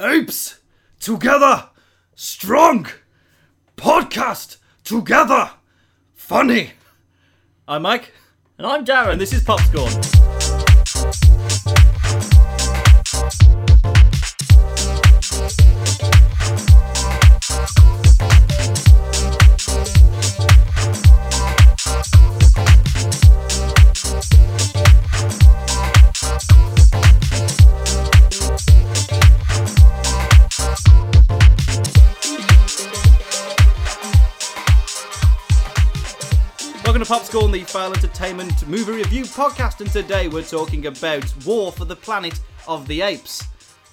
apes together, strong podcast together, funny. I'm Mike, And I'm Darren. This is Popscorn. Welcome to Popscorn, the Fail Entertainment Movie Review Podcast, and today we're talking about War for the Planet of the Apes.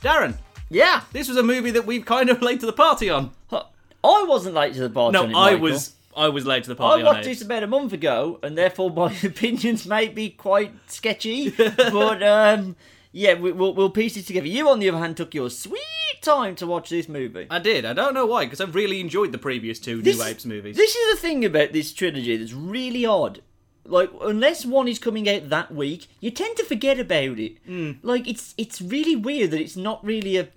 Darren, Yeah, this was a movie that we've kind of late to the party on. I wasn't late to the party. No, on it, I Michael. was. I was late to the I party on watched it. this about a month ago, and therefore my opinions may be quite sketchy. but um, yeah, we, we'll, we'll piece it together. You, on the other hand, took your sweet time to watch this movie. I did. I don't know why, because I've really enjoyed the previous two This- New Apes movies. This is the thing about this trilogy that's really odd. Like, unless one is coming out that week, you tend to forget about it. Hmm. Like, it's it's really weird that it's not really a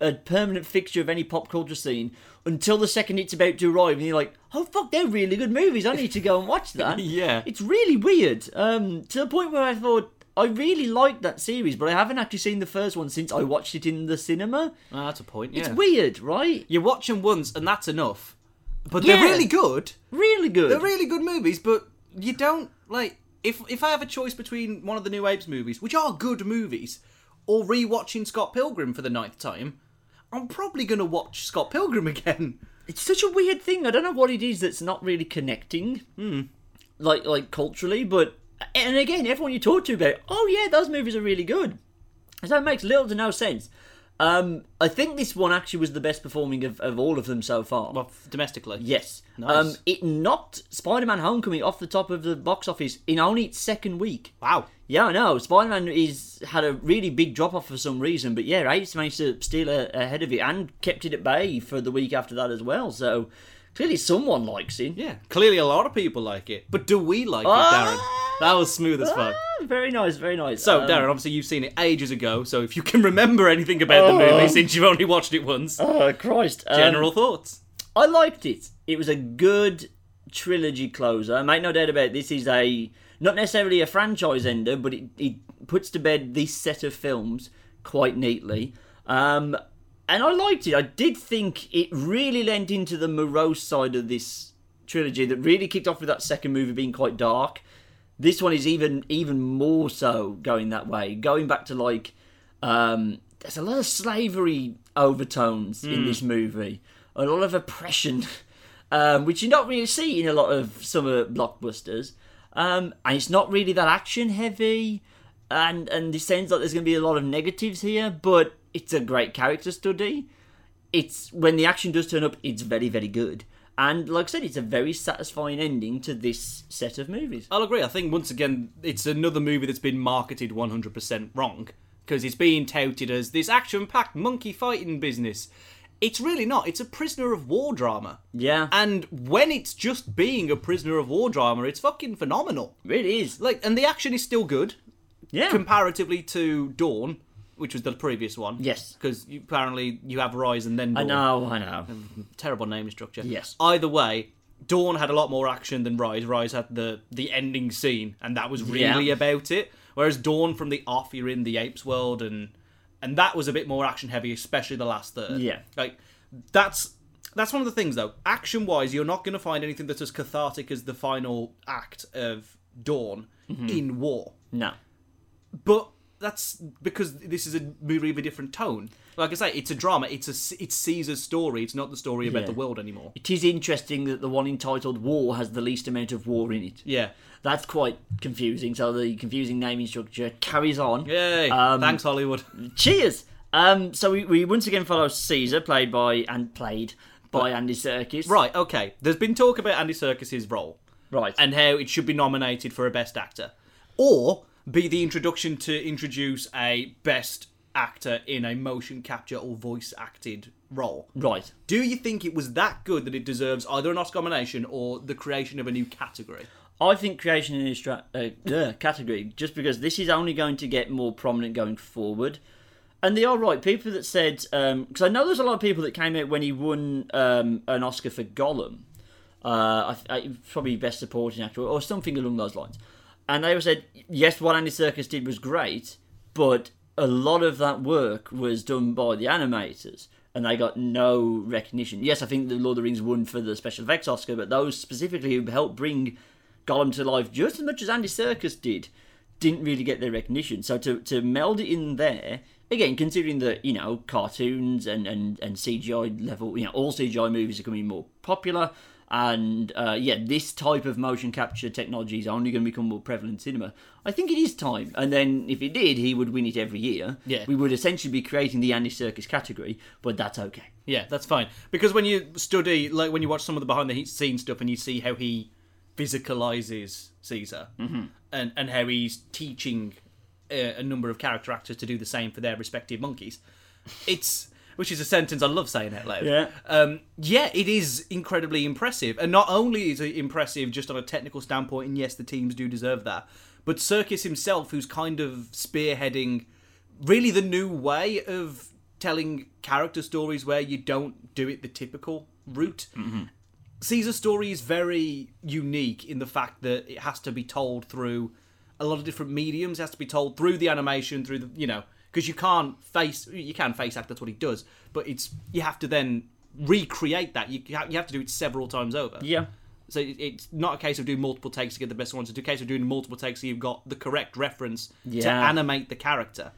a permanent fixture of any pop culture scene until the second it's about to arrive, and you're like, oh fuck, they're really good movies. I need to go and watch that. Yeah. it's really weird. Um, to the point where I thought. I really liked that series, but I haven't actually seen the first one since I watched it in the cinema. Ah, that's a point. Yeah. It's weird, right? You watch them once, and that's enough. But Yeah. they're really good. Really good. They're really good movies, but you don't like. If if I have a choice between one of the New Apes movies, which are good movies, or rewatching Scott Pilgrim for the ninth time, I'm probably gonna watch Scott Pilgrim again. it's such a weird thing. I don't know what it is that's not really connecting, Hmm. like like culturally. But and again, everyone you talk to about, oh yeah, those movies are really good. So it makes little to no sense. Um, I think this one actually was the best performing of, of all of them so far. Well, f- domestically, yes. Nice. Um, it knocked Spider-Man: Homecoming off the top of the box office in only its second week. Wow. Yeah, I know. Spider Man is had a really big drop off for some reason, but yeah, Apes managed to steal a, ahead of it and kept it at bay for the week after that as well. So clearly, someone likes it. Yeah. Clearly, a lot of people like it, but do we like Ah! it, Darren? That was smooth as fuck. Ah, very nice, very nice. So, Um, Darren, obviously you've seen it ages ago, so if you can remember anything about the Oh. movie since you've only watched it once, Oh Christ! Um, general thoughts. I liked it. It was a good trilogy closer. Make no doubt about it, this is a not necessarily a franchise ender, but it, it puts to bed this set of films quite neatly. Um, and I liked it. I did think it really lent into the morose side of this trilogy that really kicked off with that second movie being quite dark. This one is even even more so going that way, going back to like um, there's a lot of slavery overtones in this movie, a lot of oppression, um, which you don't really see in a lot of summer blockbusters. Um, and it's not really that action heavy, and and it sounds like there's going to be a lot of negatives here, but it's a great character study. It's when the action does turn up, it's very very good, and like I said, it's a very satisfying ending to this set of movies. I'll agree. I think once again, it's another movie that's been marketed 100% wrong because it's being touted as this action-packed monkey fighting business. It's really not. It's a prisoner of war drama. Yeah, And when it's just being a prisoner of war drama, it's fucking phenomenal. it is. Like, and the action is still good Yeah, comparatively to Dawn, which was the previous one. Yes. because apparently you have Rise and then Dawn. I know, I know. terrible name structure. Yes. Either way, Dawn had a lot more action than Rise. Rise had the the ending scene, and that was really Yeah. about it. Whereas Dawn, from the off, you're in the apes world, and and that was a bit more action heavy, especially the last third. Yeah. like that's that's one of the things though. Action wise, you're not going to find anything that's as cathartic as the final act of Dawn Mm-hmm. in war. No. But that's because this is a movie of a different tone. Like I say, it's a drama. It's a it's Caesar's story. It's not the story about Yeah. the world anymore. It is interesting that the one entitled War has the least amount of war in it. Yeah. That's quite confusing, so the confusing naming structure carries on. Yay! Um, Thanks, Hollywood. Cheers! Um, so we, we once again follow Caesar, played by and played by Andy Serkis. Right. Okay. There's been talk about Andy Serkis's role Right. and how it should be nominated for a Best Actor, or be the introduction to introduce a Best Actor in a motion capture or voice acted role. right. Do you think it was that good that it deserves either an Oscar nomination or the creation of a new category? I think creation in a stra- uh, uh, category just because this is only going to get more prominent going forward. And they are right. People that said because I know there's a lot of people that came out when he won um, an Oscar for Gollum, uh, I, I, probably best supporting actor or something along those lines, and they all said yes, what Andy Serkis did was great, but a lot of that work was done by the animators. And they got no recognition. Yes, I think the Lord of the Rings won for the special effects Oscar, but those specifically who helped bring Gollum to life just as much as Andy Serkis did didn't really get their recognition. So to, to meld it in there, again, considering that, you know, cartoons and, and, and CGI level, you know, all CGI movies are becoming more popular. And uh, yeah, this type of motion capture technology is only going to become more prevalent in cinema. I think it is time. And then if it did, he would win it every year. Yeah. We would essentially be creating the Andy Circus category, but that's okay. Yeah, that's fine. Because when you study, like when you watch some of the behind the scenes stuff and you see how he physicalizes Caesar and, and how he's teaching uh, a, a number of character actors to do the same for their respective monkeys, it's. Which is a sentence I love saying out loud. Yeah. Um, yeah, it is incredibly impressive. And not only is it impressive just on a technical standpoint, and yes, the teams do deserve that, but Circus himself, who's kind of spearheading really the new way of telling character stories where you don't do it the typical route. Caesar's story is very unique in the fact that it has to be told through a lot of different mediums. It has to be told through the animation, through the you know, because you can't face you can face act. That's what he does, but it's you have to then recreate that. You you ha- you have to do it several times over. Yeah. So it- it's not a case of doing multiple takes to get the best ones. It's a case of doing multiple takes so you've got the correct reference to Yeah. animate the character.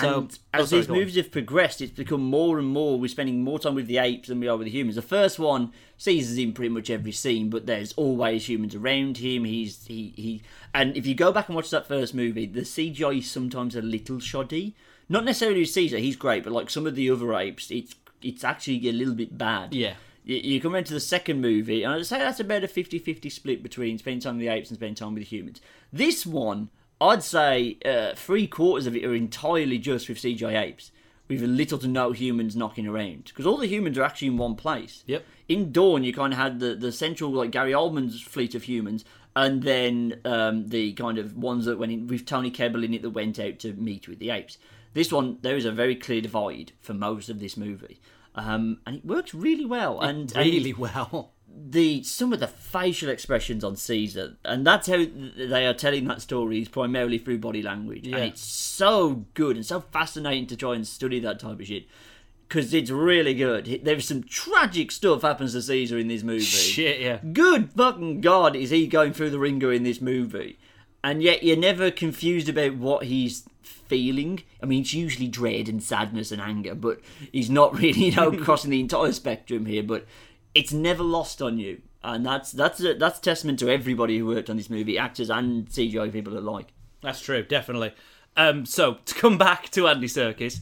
So and Oh, as sorry, these go on. movies have progressed, it's become more and more. We're spending more time with the apes than we are with the humans. The first one, Caesar's in pretty much every scene, but there's always humans around him. He's he he, and if you go back and watch that first movie, the CGI is sometimes a little shoddy. Not necessarily with Caesar, he's great, but like some of the other apes, it's it's actually a little bit bad. Yeah. You, you come into the second movie, and I'd say that's about a 50 50 split between spending time with the apes and spending time with the humans. This one, I'd say uh, three quarters of it are entirely just with CGI apes, with little to no humans knocking around. Because all the humans are actually in one place. Yep. In Dawn, you kind of had the, the central, like Gary Oldman's fleet of humans, and then um, the kind of ones that went in, with Tony Kebbell in it that went out to meet with the apes. This one, there is a very clear divide for most of this movie. Um, and it works really well. and and really well. the some of the facial expressions on Caesar, and that's how they are telling that story is primarily through body language, Yeah. and it's so good and so fascinating to try and study that type of shit because it's really good. There's some tragic stuff happens to Caesar in this movie. Shit, yeah. Good fucking god, is he going through the ringer in this movie? And yet you're never confused about what he's feeling. I mean, it's usually dread and sadness and anger, but he's not really, you know, crossing the entire spectrum here. But it's never lost on you, and that's that's a, that's testament to everybody who worked on this movie, actors and CGI people alike. That's true, definitely. Um, so to come back to Andy Serkis,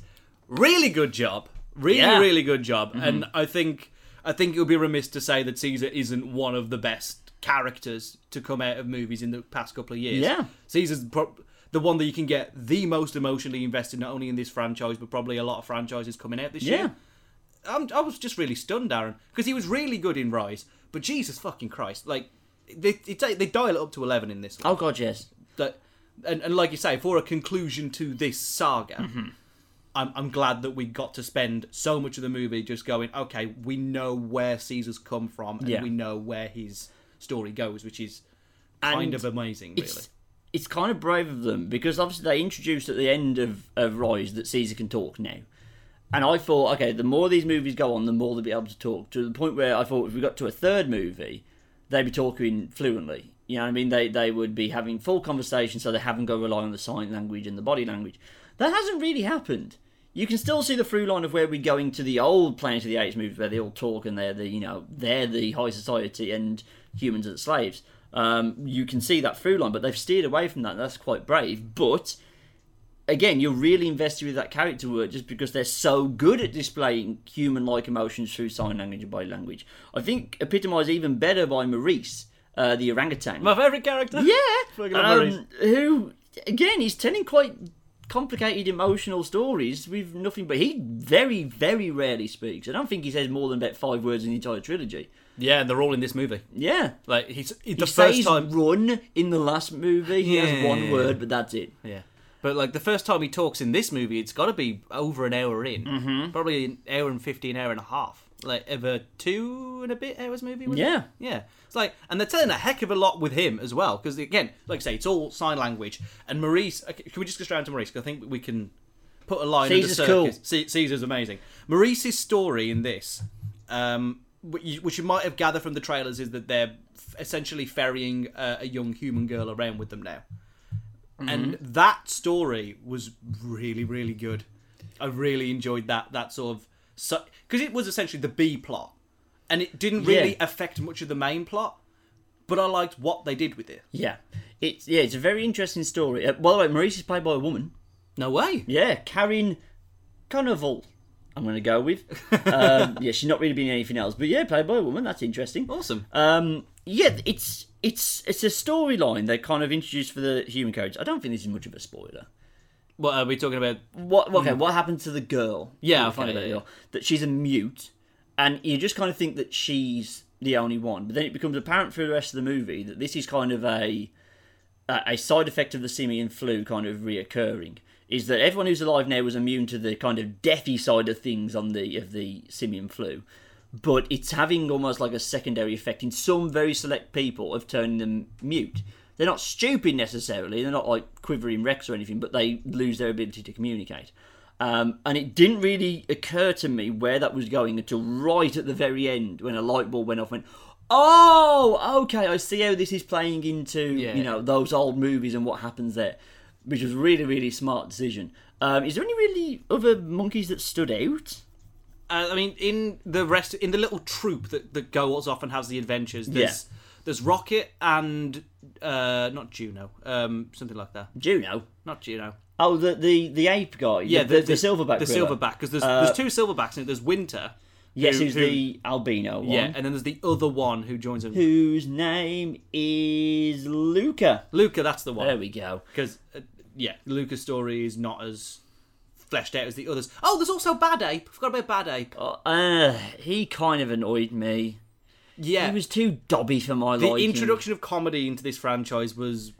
really good job, really Yeah. Mm-hmm. really good job, and I think I think it would be remiss to say that Caesar isn't one of the best characters to come out of movies in the past couple of years. Yeah. Caesar's pro- the one that you can get the most emotionally invested, not only in this franchise but probably a lot of franchises coming out this Yeah. year. I'm, I was just really stunned, Aaron, because he was really good in Rise, but Jesus fucking Christ, like they they, take- they dial it up to eleven in this one Oh god, yes. that and, and like you say for a conclusion to this saga I'm, I'm glad that we got to spend so much of the movie just going okay we know where caesar's come from and Yeah. we know where his story goes which is kind And of amazing really It's, it's kind of brave of them because obviously they introduced at the end of, of Rise that Caesar can talk now. And I thought, okay, the more these movies go on, the more they'll be able to talk. To the point where I thought if we got to a third movie, they'd be talking fluently. You know what I mean? They they would be having full conversation so they haven't got to rely on the sign language and the body language. That hasn't really happened. You can still see the through line of where we're going to the old Planet of the Apes movies where they all talk and they're the you know, they're the high society and humans are the slaves. Um, you can see that through line, but they've steered away from that. That's quite brave. But again, you're really invested with that character work just because they're so good at displaying human like emotions through sign language and body language. I think epitomised even better by Maurice, uh, the orangutan. my favorite character yeah! Fucking love Maurice. Um, who, again, he's telling quite complicated emotional stories with nothing but he very, very rarely speaks. I don't think he says more than about five words in the entire trilogy. yeah and they're all in this movie Yeah. like he's the he first says time run in the last movie. He has Yeah. one word, but that's it. yeah But like the first time he talks in this movie, it's got to be over an hour in, mm-hmm. probably an hour and fifteen, hour and a half, like over two and a bit hours movie. Was it? Yeah. yeah. It's like, and they're telling a heck of a lot with him as well, because again, like I say, it's all sign language. And Maurice, okay, can we just go straight on to Maurice? 'Cause I think we can put a line. Caesar's under cool. circus. C- Caesar's amazing. Maurice's story in this, um, wh- you- which you might have gathered from the trailers, is that they're f- essentially ferrying uh, a young human girl around with them now. And that story was really, really good. I really enjoyed that. That sort of because it was essentially the B plot, and it didn't really Yeah. affect much of the main plot. But I liked what they did with it. Yeah. It's yeah, it's a very interesting story. Uh, by the way, Maurice is played by a woman. No way. Yeah, Karen Conoval. I'm going to go with. um, yeah, she's not really been anything else, but yeah, played by a woman. That's interesting. Awesome. Um, yeah, it's it's it's a storyline they kind of introduced for the human characters. I don't think this is much of a spoiler. What are we talking about? What okay? What happened to the girl? Mm. Yeah, We I find found it, out yeah. that, she's a mute, and you just kind of think that she's the only one. But then it becomes apparent through the rest of the movie that this is kind of a a a side effect of the simian flu kind of reoccurring is that everyone who's alive now was immune to the kind of deathy side of things on the of the simian flu but it's having almost like a secondary effect in some very select people of turning them mute they're not stupid necessarily they're not like quivering wrecks or anything but they lose their ability to communicate um, and it didn't really occur to me where that was going until right at the very end when a light bulb went off and went oh okay i see how this is playing into Yeah. you know those old movies and what happens there, which was really really smart decision. Um, is there any really other monkeys that stood out? uh, I mean, in the rest, in the little troop that, that goes off and has the adventures, there's there's Rocket and uh, not Juno, um, something like that. Juno. Not Juno. Oh, the the, the ape guy. Yeah, the, the, silverback. The gorilla. silverback, Uh, because there's there's two silverbacks in it. There's Winter. Yes, who- who's who- the albino one? yeah, and then there's the other one who joins him. Whose name is Luca? Luca, that's the There one. we go. Because uh, yeah, Luca's story is not as fleshed out as the others. Oh, there's also Bad Ape. Forgot about Bad Ape. Uh, he kind of annoyed me. Yeah, He was too dobby for my the liking. introduction of comedy into this franchise was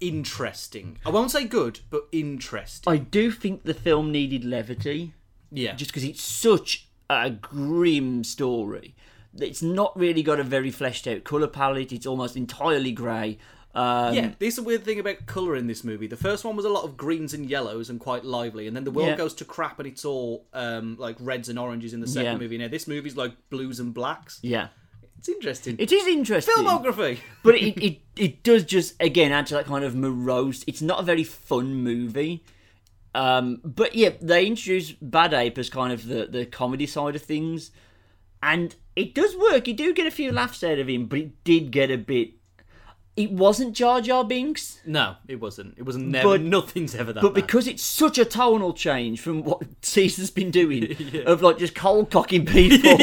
interesting. I won't say good, but interesting. I do think the film needed levity. Yeah. just because it's such a grim story. It's not really got a very fleshed out colour palette. It's almost entirely grey. Um, yeah, this is a weird thing about colour in this movie. The first one was a lot of greens and yellows and quite lively, and then the world Yeah. goes to crap and it's all um, like reds and oranges in the second Yeah. movie. Now this movie's like blues and blacks. yeah. It's interesting. It is interesting. Filmography. but it, it, it does just, again, add to that kind of morose. It's not a very fun movie. Um, but yeah, they introduce Bad Ape as kind of the, the comedy side of things. And it does work. You do get a few laughs out of him, but it did get a bit. It wasn't Jar Jar Binks. No, it wasn't. It was never. But- nothing's ever that. But bad. because it's such a tonal change from what Caesar's been doing of like just cold cocking people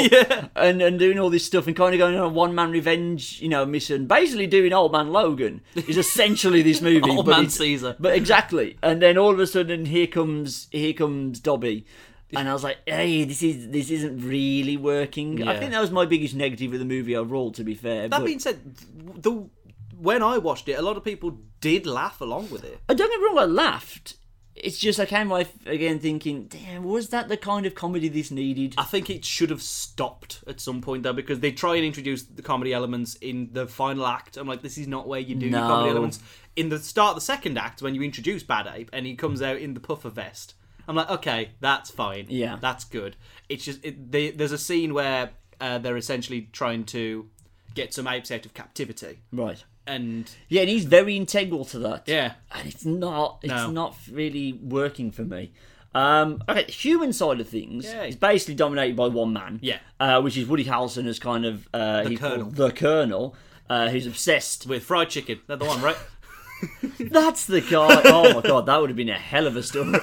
and, and doing all this stuff and kind of going on a one man revenge, you know, mission, basically doing Old Man Logan is essentially this movie. Old but Man it's- Caesar. But exactly. And then all of a sudden here comes here comes Dobby. And I was like, hey, this is this isn't really working. I Yeah. think that was my biggest negative of the movie overall, to be fair. that but- being said, th- the when I watched it, a lot of people did laugh along with it. I don't get me wrong, I laughed. It's just I came away again thinking, damn, was that the kind of comedy this needed? I think it should have stopped at some point though, because they try and introduce the comedy elements in the final act. I'm like, this is not where you do your No. comedy elements. In the start of the second act, when you introduce Bad Ape and he comes out in the puffer vest, I'm like, okay, that's fine. Yeah. that's good. It's just it, they, there's a scene where uh, they're essentially trying to get some apes out of captivity, Right. and Yeah, and he's very integral to that. yeah, And it's not it's No. not really working for me. Um, okay, the human side of things Yay. is basically dominated by one man. Yeah. Uh, which is Woody Harrelson as kind of uh, the Colonel. the Colonel, uh, who's obsessed with fried chicken, they're the one, right? That's the guy. Oh my god, that would have been a hell of a story.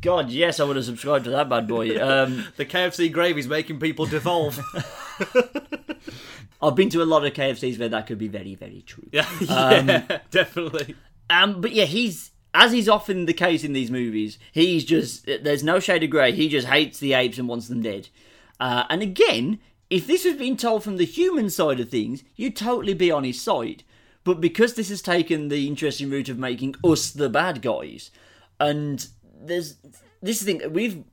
god, yes, I would have subscribed to that bad boy. Um, the KFC gravy's making people devolve. I've been to a lot of KFCs where that could be very, very true. yeah, definitely. Um, but yeah, he's as is often the case in these movies. He's just there's no shade of grey. He just hates the apes and wants them dead. Uh, and again, if this was being told from the human side of things, you'd totally be on his side. But because this has taken the interesting route of making us the bad guys, and there's this thing we've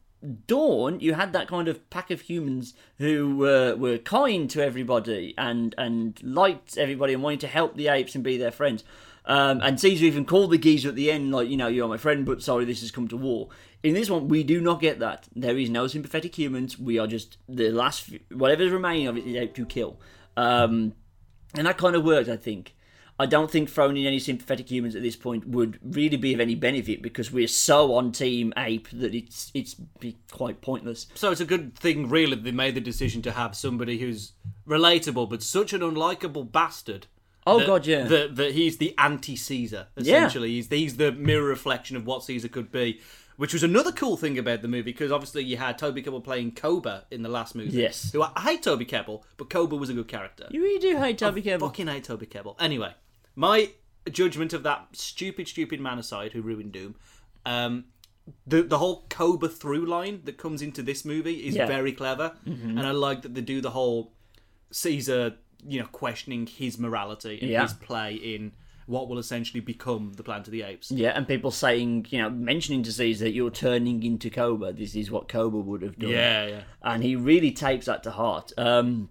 Dawn, you had that kind of pack of humans who uh, were kind to everybody and and liked everybody and wanted to help the apes and be their friends. Um, and Caesar even called the geezer at the end, like, you know, you're my friend, but sorry, this has come to war. In this one, we do not get that. There is no sympathetic humans. We are just the last, few, whatever's remaining of it is out to kill. Um, and that kind of worked, I think. I don't think throwing in any sympathetic humans at this point would really be of any benefit because we're so on Team Ape that it's it's be quite pointless. So it's a good thing, really, that they made the decision to have somebody who's relatable but such an unlikable bastard. Oh that- god, yeah. That, that he's the anti Caesar, essentially. He's, he's the mirror reflection of what Caesar could be, which was another cool thing about the movie because obviously you had Toby Kebbell playing Koba in the last movie. Yes. Who I, I hate Toby Kebbell, but Koba was a good character. you really do hate Toby Kebbell. Fucking hate Toby Kebbell. Anyway, my judgment of that stupid, stupid man aside who ruined Doom, um, the the whole Cobra through line that comes into this movie is Yeah. Mm-hmm. very clever, and I like that they do the whole Caesar, you know, questioning his morality and Yeah. his play in what will essentially become the Planet of the Apes. Yeah, and people saying, you know, mentioning to Caesar that you're turning into Cobra. This is what Cobra would have done. Yeah, yeah. and he really takes that to heart. Um,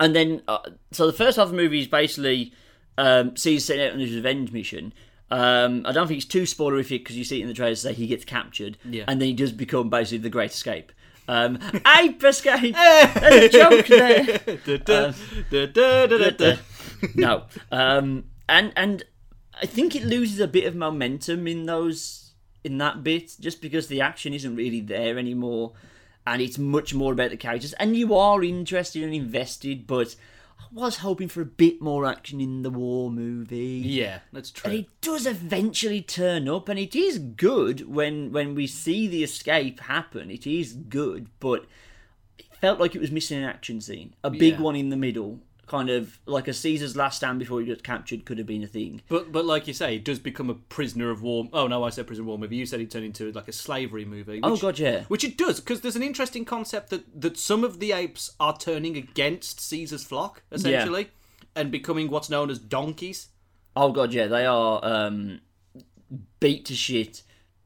and then, uh, so the first half of the movie is basically um, Caesar setting out on his revenge mission. Um, I don't think it's too spoilerific because you see it in the trailer say he gets captured, Yeah. and then he does become basically the Great Escape. Um, ape escape. There's a joke there. Um, Da-da, da-da, da-da. no, um, and and I think it loses a bit of momentum in those in that bit just because the action isn't really there anymore, and it's much more about the characters. And you are interested and invested, but I was hoping for a bit more action in the war movie. Yeah, that's And true. it does eventually turn up, and it is good when when we see the escape happen. It is good, but it felt like it was missing an action scene, a big Yeah. one in the middle, kind of like a Caesar's last stand before he got captured could have been a thing. But but like you say, it does become a prisoner of war. Oh no, I said prisoner of war movie. You said it turned into like a slavery movie. Oh which- god, yeah, Which it does, because there's an interesting concept that, that some of the apes are turning against Caesar's flock, essentially, and becoming what's known as donkeys. oh god, yeah, they are um, beat to shit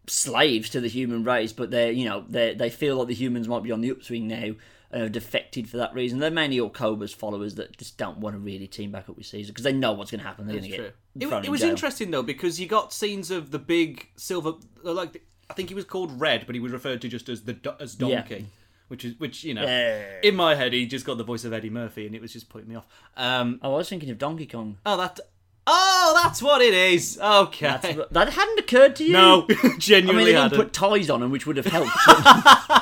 slaves to the human race, but they're you know they they feel like the humans might be on the upswing now. And have defected for that reason. They're mainly all Cobra's followers that just don't want to really team back up with Caesar because they know what's going to happen. They're going to get True. It, thrown it in was jail. interesting, though, because you got scenes of the big silver, like, the, I think he was called Red, but he was referred to just as the do- as donkey. Which is, which you know, Yeah. in my head, he just got the voice of Eddie Murphy, and it was just putting me off. Um, Oh, I was thinking of Donkey Kong. oh, that, oh, that's what it is. Okay, That hadn't occurred to you. no, I mean genuinely they didn't hadn't. put ties on them, which would have helped.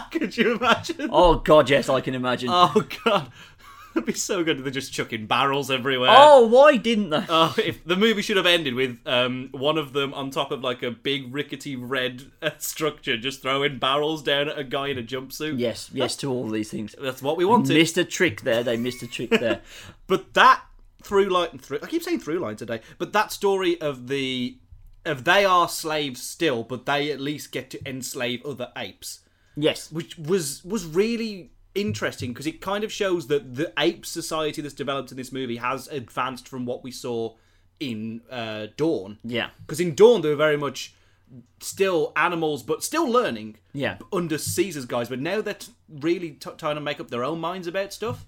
Could you imagine? oh God, yes, I can imagine. Oh god, it'd be so good if they're just chucking barrels everywhere. oh, why didn't they? Oh, if the movie should have ended with um, one of them on top of like a big rickety red uh, structure, just throwing barrels down at a guy in a jumpsuit. yes, yes to all these things. that's what we wanted. Missed a trick there. They missed a trick there. But that through line, through, I keep saying through line today. But that story of the of they are slaves still, but they at least get to enslave other apes. yes. which was was really interesting because it kind of shows that the ape society that's developed in this movie has advanced from what we saw in uh, Dawn. Yeah. Because in Dawn they were very much still animals, but still learning. Yeah. Under Caesar's guys, but now they're t- really t- trying to make up their own minds about stuff.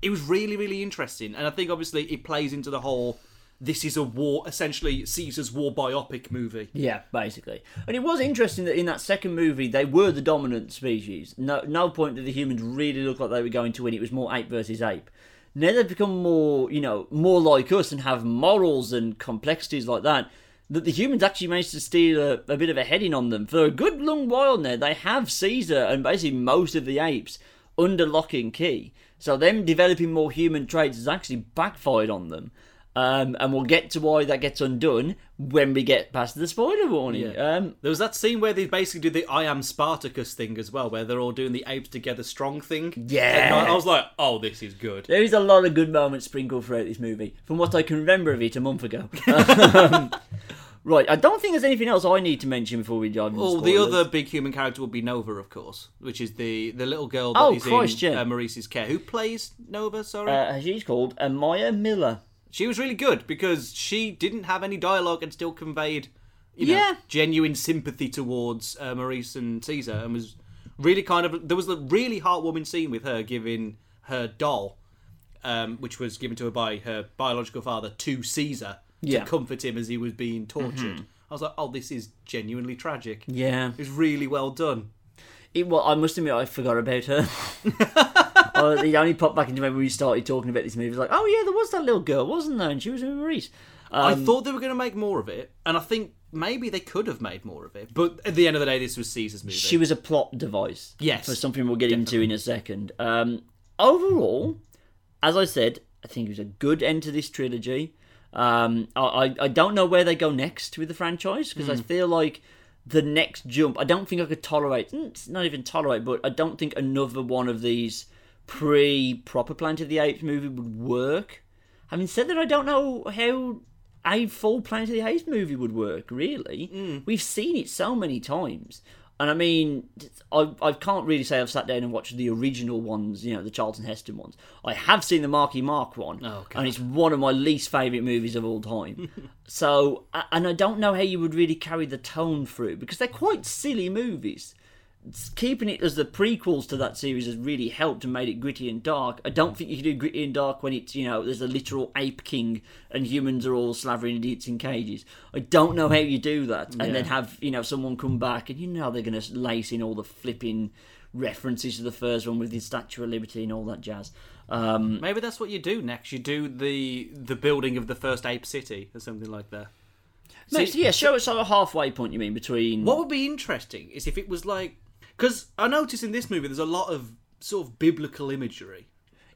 It was really really interesting, and I think obviously it plays into the whole. This is a war, essentially Caesar's war biopic movie. Yeah, basically. And it was interesting that in that second movie they were the dominant species. No no point did the humans really look like they were going to win. It was more ape versus ape. Now they've become more, you know, more like us and have morals and complexities like that. That the humans actually managed to steal a, a bit of a heading on them. For a good long while now, they have Caesar and basically most of the apes under lock and key. So them developing more human traits has actually backfired on them. Um, and we'll get to why that gets undone when we get past the spoiler warning. Um, There was that scene where they basically did the I am Spartacus thing as well, where they're all doing the apes together strong thing. Yeah. And I, I was like, oh, this is good. there is a lot of good moments sprinkled throughout this movie, from what I can remember of it a month ago. right, I don't think there's anything else I need to mention before we dive into Well, the spoilers. other big human character would be Nova, of course, which is the, the little girl that is Oh, Christ, in yeah. uh, Maurice's care. Who plays Nova, sorry? Uh, she's called Amaya Miller. She was really good because she didn't have any dialogue and still conveyed, you know, Yeah. genuine sympathy towards uh, Maurice and Caesar, and was really kind of there was a really heartwarming scene with her giving her doll, um, which was given to her by her biological father to Caesar Yeah. Mm-hmm. to comfort him as he was being tortured. I was like, oh, this is genuinely tragic. Yeah. It was really well done. It, well, I must admit, I forgot about her. oh, it only popped back into my when we started talking about this movie. It's like, oh yeah, there was that little girl, wasn't there? And she was in Maurice. I Um, thought they were going to make more of it, and I think maybe they could have made more of it. But at the end of the day, this was Caesar's movie. She was a plot device. Yes. For something we'll get into in a second. Um, overall, as I said, I think it was a good end to this trilogy. Um, I, I- I don't know where they go next with the franchise because Hmm. I feel like the next jump, I don't think I could tolerate, mm, it's not even tolerate, but I don't think another one of these pre proper Planet of the Apes movie would work. Having said that, I don't know how a full Planet of the Apes movie would work, really. We've seen it so many times. And I mean, I, I can't really say I've sat down and watched the original ones, you know, the Charlton Heston ones. I have seen the Marky Mark one, Oh, God. and it's one of my least favourite movies of all time. so, a- and I don't know how you would really carry the tone through because they're quite silly movies keeping it as the prequels to that series has really helped and made it gritty and dark. I don't think you can do gritty and dark when it's you know there's a literal ape king and humans are all slavering idiots in cages. I don't know how you do that and then have you know someone come back and you know they're going to lace in all the flipping references to the first one with the Statue of Liberty and all that jazz. Um, maybe that's what you do next. You do the the building of the first ape city or something like that. so, yeah, show us a halfway point. You mean between What would be interesting is if it was like because I notice in this movie there's a lot of sort of biblical imagery.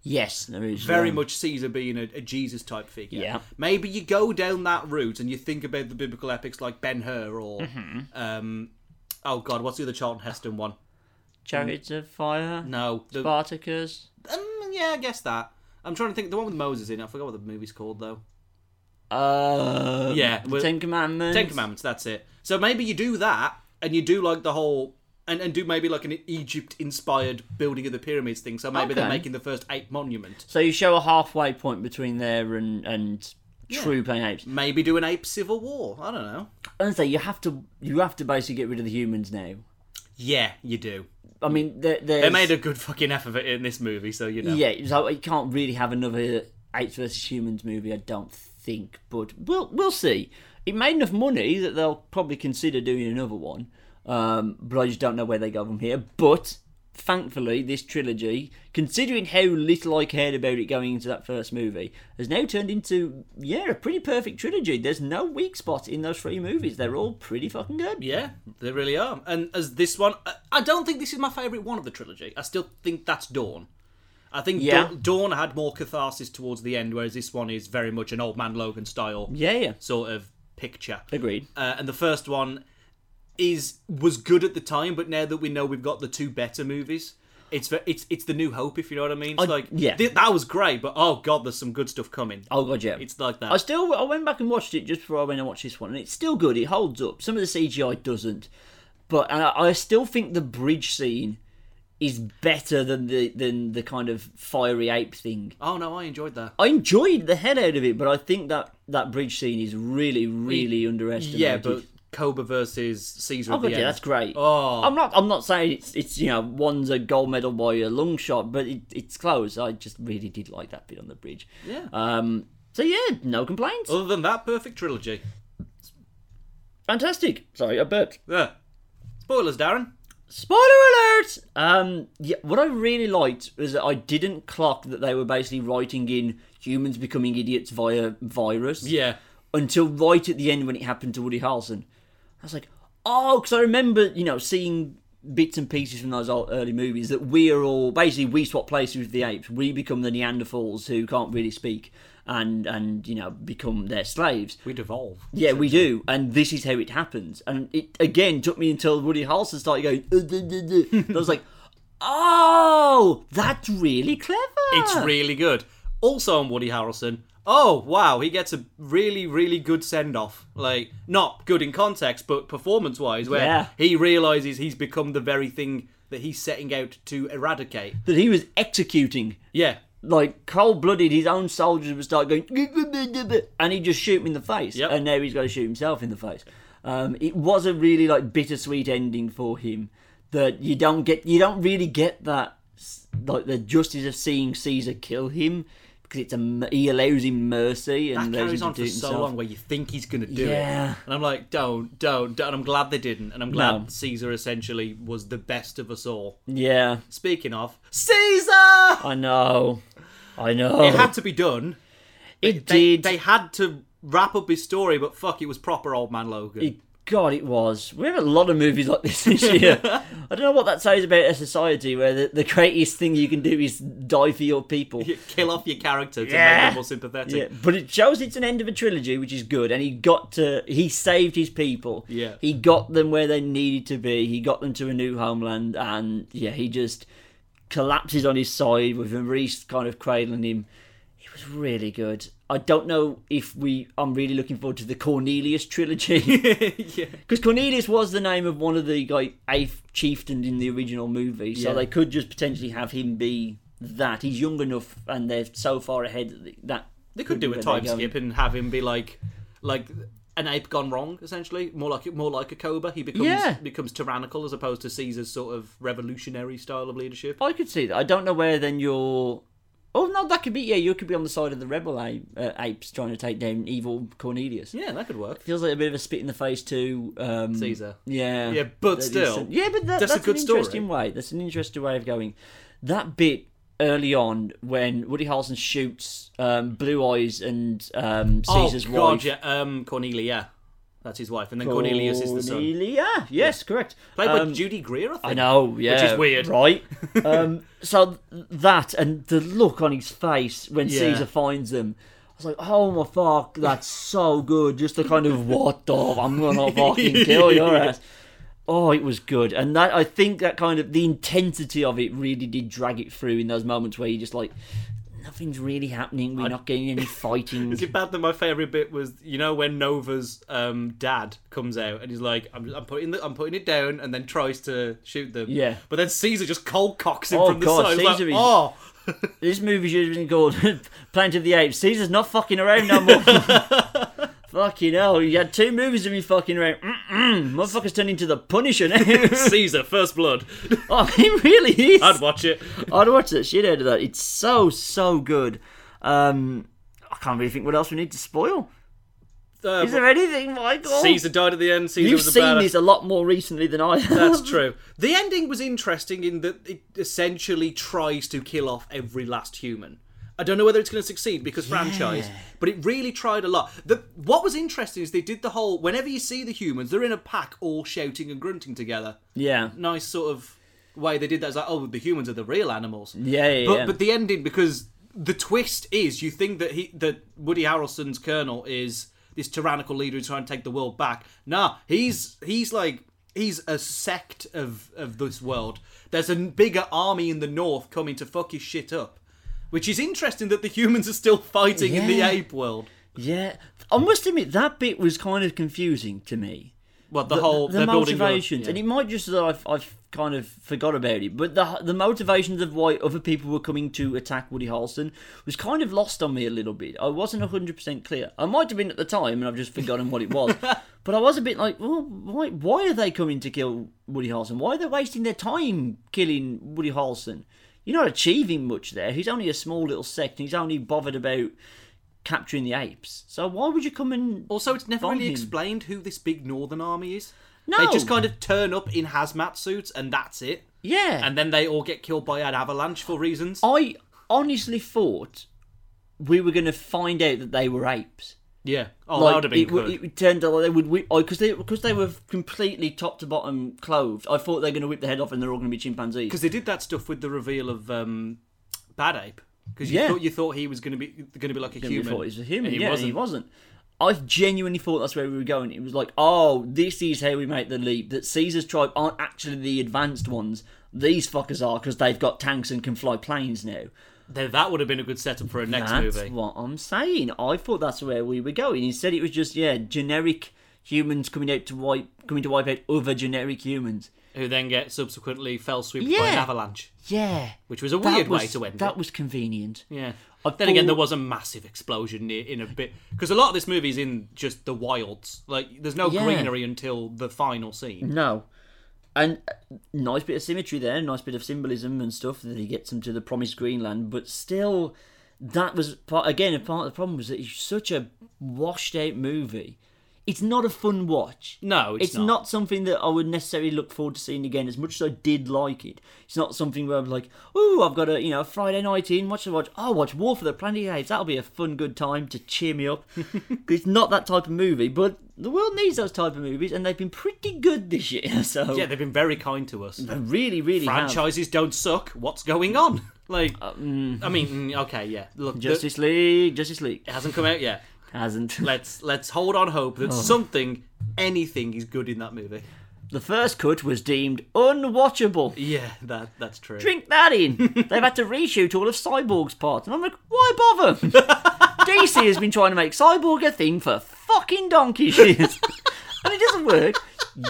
Yes, there is Very one. much Caesar being a, a Jesus type figure. Yeah. Maybe you go down that route and you think about the biblical epics like Ben Hur or, um, oh God, what's the other Charlton Heston one? chariots of fire, No, the, Spartacus. Um, yeah, I guess that. I'm trying to think. The one with Moses in. it. I forgot what the movie's called though. Uh, Yeah, the well- Ten Commandments. Ten Commandments. That's it. So maybe you do that, and you do like the whole, and, and do maybe like an Egypt-inspired building of the pyramids thing. So maybe they're Okay. making the first ape monument. So you show a halfway point between there and and true plain apes. Maybe do an ape civil war. I don't know. Honestly, you have to you have to basically get rid of the humans now. Yeah, you do. I mean, there, They made a good fucking effort of it in this movie, so you know. yeah. So you can't really have another apes versus humans movie, I don't think. But we'll we'll see. It made enough money that they'll probably consider doing another one. Um, but I just don't know where they go from here. But thankfully, this trilogy, considering how little I cared about it going into that first movie, has now turned into yeah a pretty perfect trilogy. There's no weak spot in those three movies. They're all pretty fucking good. Yeah, they really are. And as this one, I- I don't think this is my favourite one of the trilogy. I still think that's Dawn. I think Yeah. Da- Dawn had more catharsis towards the end, whereas this one is very much an old man Logan style Yeah, yeah. sort of picture. Agreed. Uh, and the first one is was good at the time, but now that we know we've got the two better movies, it's ve- it's it's the new hope, if you know what I mean. It's like yeah. thi- that was great, but oh god, there's some good stuff coming. Oh god, yeah. It's like that. I still I went back and watched it just before I went and watched this one, and it's still good. It holds up. Some of the CGI doesn't, but and I, I still think the bridge scene is better than the than the kind of fiery ape thing. oh no, I enjoyed that. I enjoyed the head out of it, but I think that that bridge scene is really really underestimated. yeah, but Cobra versus Caesar. Oh at the god, yeah, end. that's great. Oh. I'm not. I'm not saying it's. It's you know, one's a gold medal by a long shot, but it, it's close. I just really did like that bit on the bridge. Yeah. Um. So yeah, no complaints. Other than that, perfect trilogy. Fantastic. Sorry, I burped. Yeah. Spoilers, Darren. Spoiler alert! Um, yeah, what I really liked was that I didn't clock that they were basically writing in humans becoming idiots via virus. Yeah. Until right at the end when it happened to Woody Harrelson. I was like, oh, because I remember, you know, seeing bits and pieces from those old, early movies that we are all basically we swap places with the apes. We become the Neanderthals who can't really speak and and you know become their slaves. We devolve. Yeah, we do, and this is how it happens. And it again took me until Woody Harrelson started going. "Uh, duh, duh, duh." And I was like, "Oh, that's really clever." It's Ah. really good. Also on Woody Harrelson. Oh wow, he gets a really, really good send off. Like not good in context, but performance wise, where Yeah. he realizes he's become the very thing that he's setting out to eradicate. that he was executing. Yeah. like cold blooded, his own soldiers would start going, and he'd just shoot him in the face. Yep. And now he's got to shoot himself in the face. Um, it was a really like bittersweet ending for him that you don't get, you don't really get that s- like the justice of seeing Caesar kill him because it's a m- he allows him mercy That and allows him carries to on do for it so himself. long where you think he's going to do Yeah. it. And I'm like, don't, don't, don't. And I'm glad they didn't. And I'm glad No. Caesar essentially was the best of us all. Yeah, Speaking of, Caesar! I know, I know. It had to be done. It They- did. They, had to wrap up his story, but fuck, it was proper old man Logan. God, it was. We have a lot of movies like this this year. I don't know what that says about a society where the, the greatest thing you can do is die for your people. You kill off your character to make Yeah. them more sympathetic. Yeah, but it shows it's an end of a trilogy, which is good. And he got to, he saved his people. Yeah. He got them where they needed to be. He got them to a new homeland. And yeah, he just collapses on his side with Maurice kind of cradling him. It was really good. I don't know if we, I'm really looking forward to the Cornelius trilogy. yeah. Because Cornelius was the name of one of the like eighth chieftain in the original movie, so Yeah. they could just potentially have him be that. He's young enough, and they're so far ahead that th- that They could do a where time they're going. skip and have him be like, like an ape gone wrong, essentially. More like more like a cobra. He becomes Yeah. becomes tyrannical as opposed to Caesar's sort of revolutionary style of leadership. I could see that. I don't know where then you're. Oh no, that could be. Yeah, you could be on the side of the rebel ape, uh, apes trying to take down evil Cornelius. Yeah, that could work. Feels like a bit of a spit in the face to um, Caesar. Yeah. Yeah, but That is still, some- yeah, but that, that's that's, a good an story. interesting way. That's an interesting way of going. That bit early on when Woody Harrelson shoots um, Blue Eyes and um, Caesar's oh, God, wife. yeah, um, Cornelia. That's his wife, and then Cornelius is the son, Cornelia. Yes, correct. played by Um, Judy Greer. I think. I know, yeah, is weird. right? um, so th- that and the look on his face when Yeah. Caesar finds them. I was like, oh my fuck, that's so good. Just the kind of what the I'm gonna fucking kill your ass. Oh, it was good, and that I think that kind of the intensity of it really did drag it through in those moments where you just like nothing's really happening. We're not getting any fighting. Is it bad that my favorite bit was you know when Nova's um, dad comes out and he's like I'm, I'm putting the, I'm putting it down and then tries to shoot them. Yeah. But then Caesar just cold cocks him Oh, from the God, side. It's like, Caesar is- oh, This movie should have been called Planet of the Apes. Caesar's not fucking around no more. fucking hell. You had two movies to be fucking around. Mm-mm. Motherfucker's turned into the Punisher now. Caesar, first blood. oh, he really is. I'd watch it. I'd watch the shit out of that. It's so, so good. Um, I can't really think what else we need to spoil. Uh, Is there anything, Michael? Caesar died at the end. Caesar You've was a seen badass. this a lot more recently than I have. That's true. The ending was interesting in that it essentially tries to kill off every last human. I don't know whether it's going to succeed because franchise, but it really tried a lot. The, what was interesting is they did the whole whenever you see the humans, they're in a pack all shouting and grunting together. Yeah. Nice sort of way they did that. It's like, oh, the humans are the real animals. Yeah, yeah, but, yeah. But the ending, because the twist is you think that he that Woody Harrelson's colonel is this tyrannical leader who's trying to take the world back. Nah, he's he's like he's a sect of of this world. There's a bigger army in the north coming to fuck his shit up. Which is interesting that the humans are still fighting in the Yeah. ape world. Yeah. I must admit, that bit was kind of confusing to me. Well, the, whole the they're building up- motivations, yeah. and it might just that I've, I've kind of forgot about it, but the the motivations of why other people were coming to attack Woody Harrelson was kind of lost on me a little bit. I wasn't hundred percent clear. I might have been at the time, and I've just forgotten what it was. but I was a bit like, well, why why are they coming to kill Woody Harrelson? Why are they wasting their time killing Woody Harrelson? You're not achieving much there. He's only a small little sect, and he's only bothered about capturing the apes. So why would you come and Also, it's never Bomb really him. explained who this big northern army is. No. They just kind of turn up in hazmat suits and that's it. yeah? And then they all get killed by an avalanche for reasons. I honestly thought we were going to find out that they were apes. Yeah. Oh, that would have been it, good. w- it turned out they would whip because they because they were completely top to bottom clothed. I thought they were going to whip the head off and they're all going to be chimpanzees. Because they did that stuff with the reveal of um, Bad Ape. Because you Yeah. thought you thought he was going to be going to be like a We human. thought he was a human. And he yeah, wasn't. and he wasn't. I genuinely thought that's where we were going. It was like, oh, this is how we make the leap that Caesar's tribe aren't actually the advanced ones. These fuckers are because they've got tanks and can fly planes now. Then that would have been a good setup for a next That's movie. what I'm saying. I thought that's where we were going. Instead, it was just yeah, generic humans coming out to wipe coming to wipe out other generic humans. who then get subsequently fell swooped by an Yeah. avalanche, Yeah. which was a That weird was, way to end That it. was convenient. Yeah. I then again, thought- there was a massive explosion near, in a bit because a lot of this movie is in just the wilds. Like, there's no Yeah. Mm. greenery until the final scene. No. And uh, nice bit of symmetry there, nice bit of symbolism and stuff that he gets him to the promised Greenland, but still, that was part, again a part of the problem was that it's such a washed out movie. It's not a fun watch. No, it's, It's, not. something that I would necessarily look forward to seeing again. As much as I did like it, it's not something where I'm like, "Ooh, I've got a you know Friday night in. What should I watch? I'll watch War for the Planet of the Apes. That'll be a fun, good time to cheer me up." 'Cause it's not that type of movie, but the world needs those type of movies, and they've been pretty good this year. So Yeah, they've been very kind to us. they really, really have. Franchises don't suck. What's going on? Like, I mean, mm, okay, yeah. Look, the- Justice League, Justice League it hasn't come out yet. hasn't. Let's let's hold on hope that something, anything, is good in that movie. The first cut was deemed unwatchable. Yeah, that that's true. drink that in. They've had to reshoot all of Cyborg's parts. And I'm like, why bother? DC has been trying to make Cyborg a thing for fucking donkey years. and it doesn't work.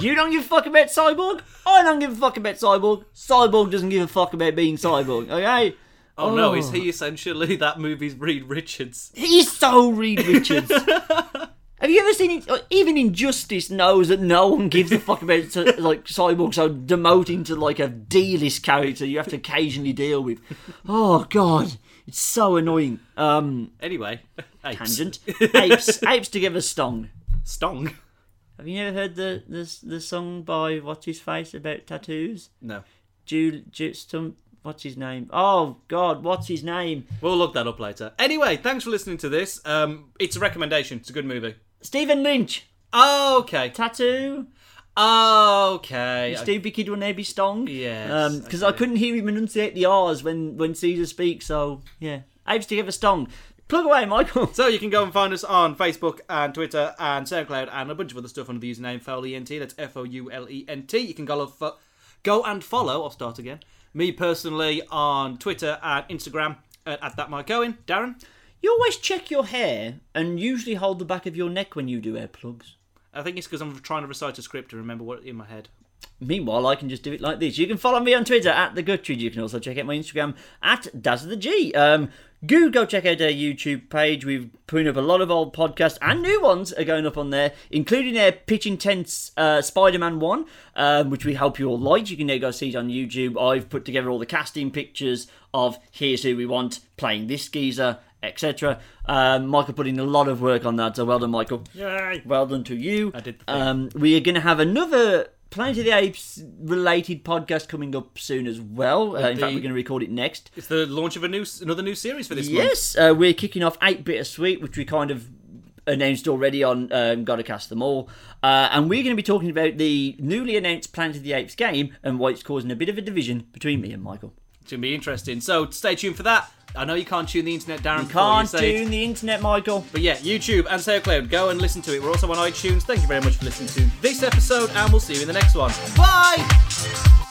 You don't give a fuck about Cyborg. I don't give a fuck about Cyborg. Cyborg doesn't give a fuck about being Cyborg, okay? Oh, no, is he essentially that movie's Reed Richards? He's so Reed Richards. Have you ever seen it? like, Even Injustice knows that no one gives a fuck about so- like Cyborg, so demoting to like a D-list character you have to occasionally deal with. Oh god, it's so annoying. Um, Anyway, apes. tangent. Apes, apes together stung. Stong. Have you ever heard the the, the song by what's his face about tattoos? No, Jul, Ju some, what's his name? Oh god, what's his name? we'll look that up later. Anyway, thanks for listening to this. Um, it's a recommendation. It's a good movie. Stephen Lynch. Okay, Tattoo. okay. I- Stupid kid will now be stung. Yes, I Because Um, I see. couldn't hear him enunciate the R's when, when Caesar speaks, so yeah. Apes together stung. Plug away, Michael. So you can go and find us on Facebook and Twitter and SoundCloud and a bunch of other stuff under the username FouleENT. That's F O U L E N T. You can go, fo- go and follow. I'll start again. Me personally on Twitter and Instagram at, at that Mike Owen. Darren, You always check your hair and usually hold the back of your neck when you do hair plugs. I think it's because I'm trying to recite a script and remember what in my head. Meanwhile, I can just do it like this. You can follow me on Twitter at the Guttridge. You can also check out my Instagram at Daz of the G. Um, go go check out our YouTube page. We've put up a lot of old podcasts and new ones are going up on there, including our pitch intense uh, Spider-Man one, um, which we hope you all liked. You can now go see it on YouTube. I've put together all the casting pictures of here's who we want playing this geezer, etc. Um, Michael put in a lot of work on that, so well done, Michael. Yay! Well done to you. I did the thing. Um, we are going to have another Planet of the Apes related podcast coming up soon as well. Uh, in fact, the- we're going to record it next. It's the launch of a new s- another new series for this month. Yes, uh, we're kicking off 8 Bittersweet, which we kind of announced already on um, Gotta Cast Them All. Uh, and we're going to be talking about the newly announced Planet of the Apes game and why it's causing a bit of a division between me and Michael. It's gonna be interesting. So stay tuned for that. I know you can't tune the internet, Darren. before You Can't say it. tune the internet, Michael. But yeah, YouTube and SoundCloud, go and listen to it. We're also on iTunes. Thank you very much for listening to this episode, and we'll see you in the next one. Bye!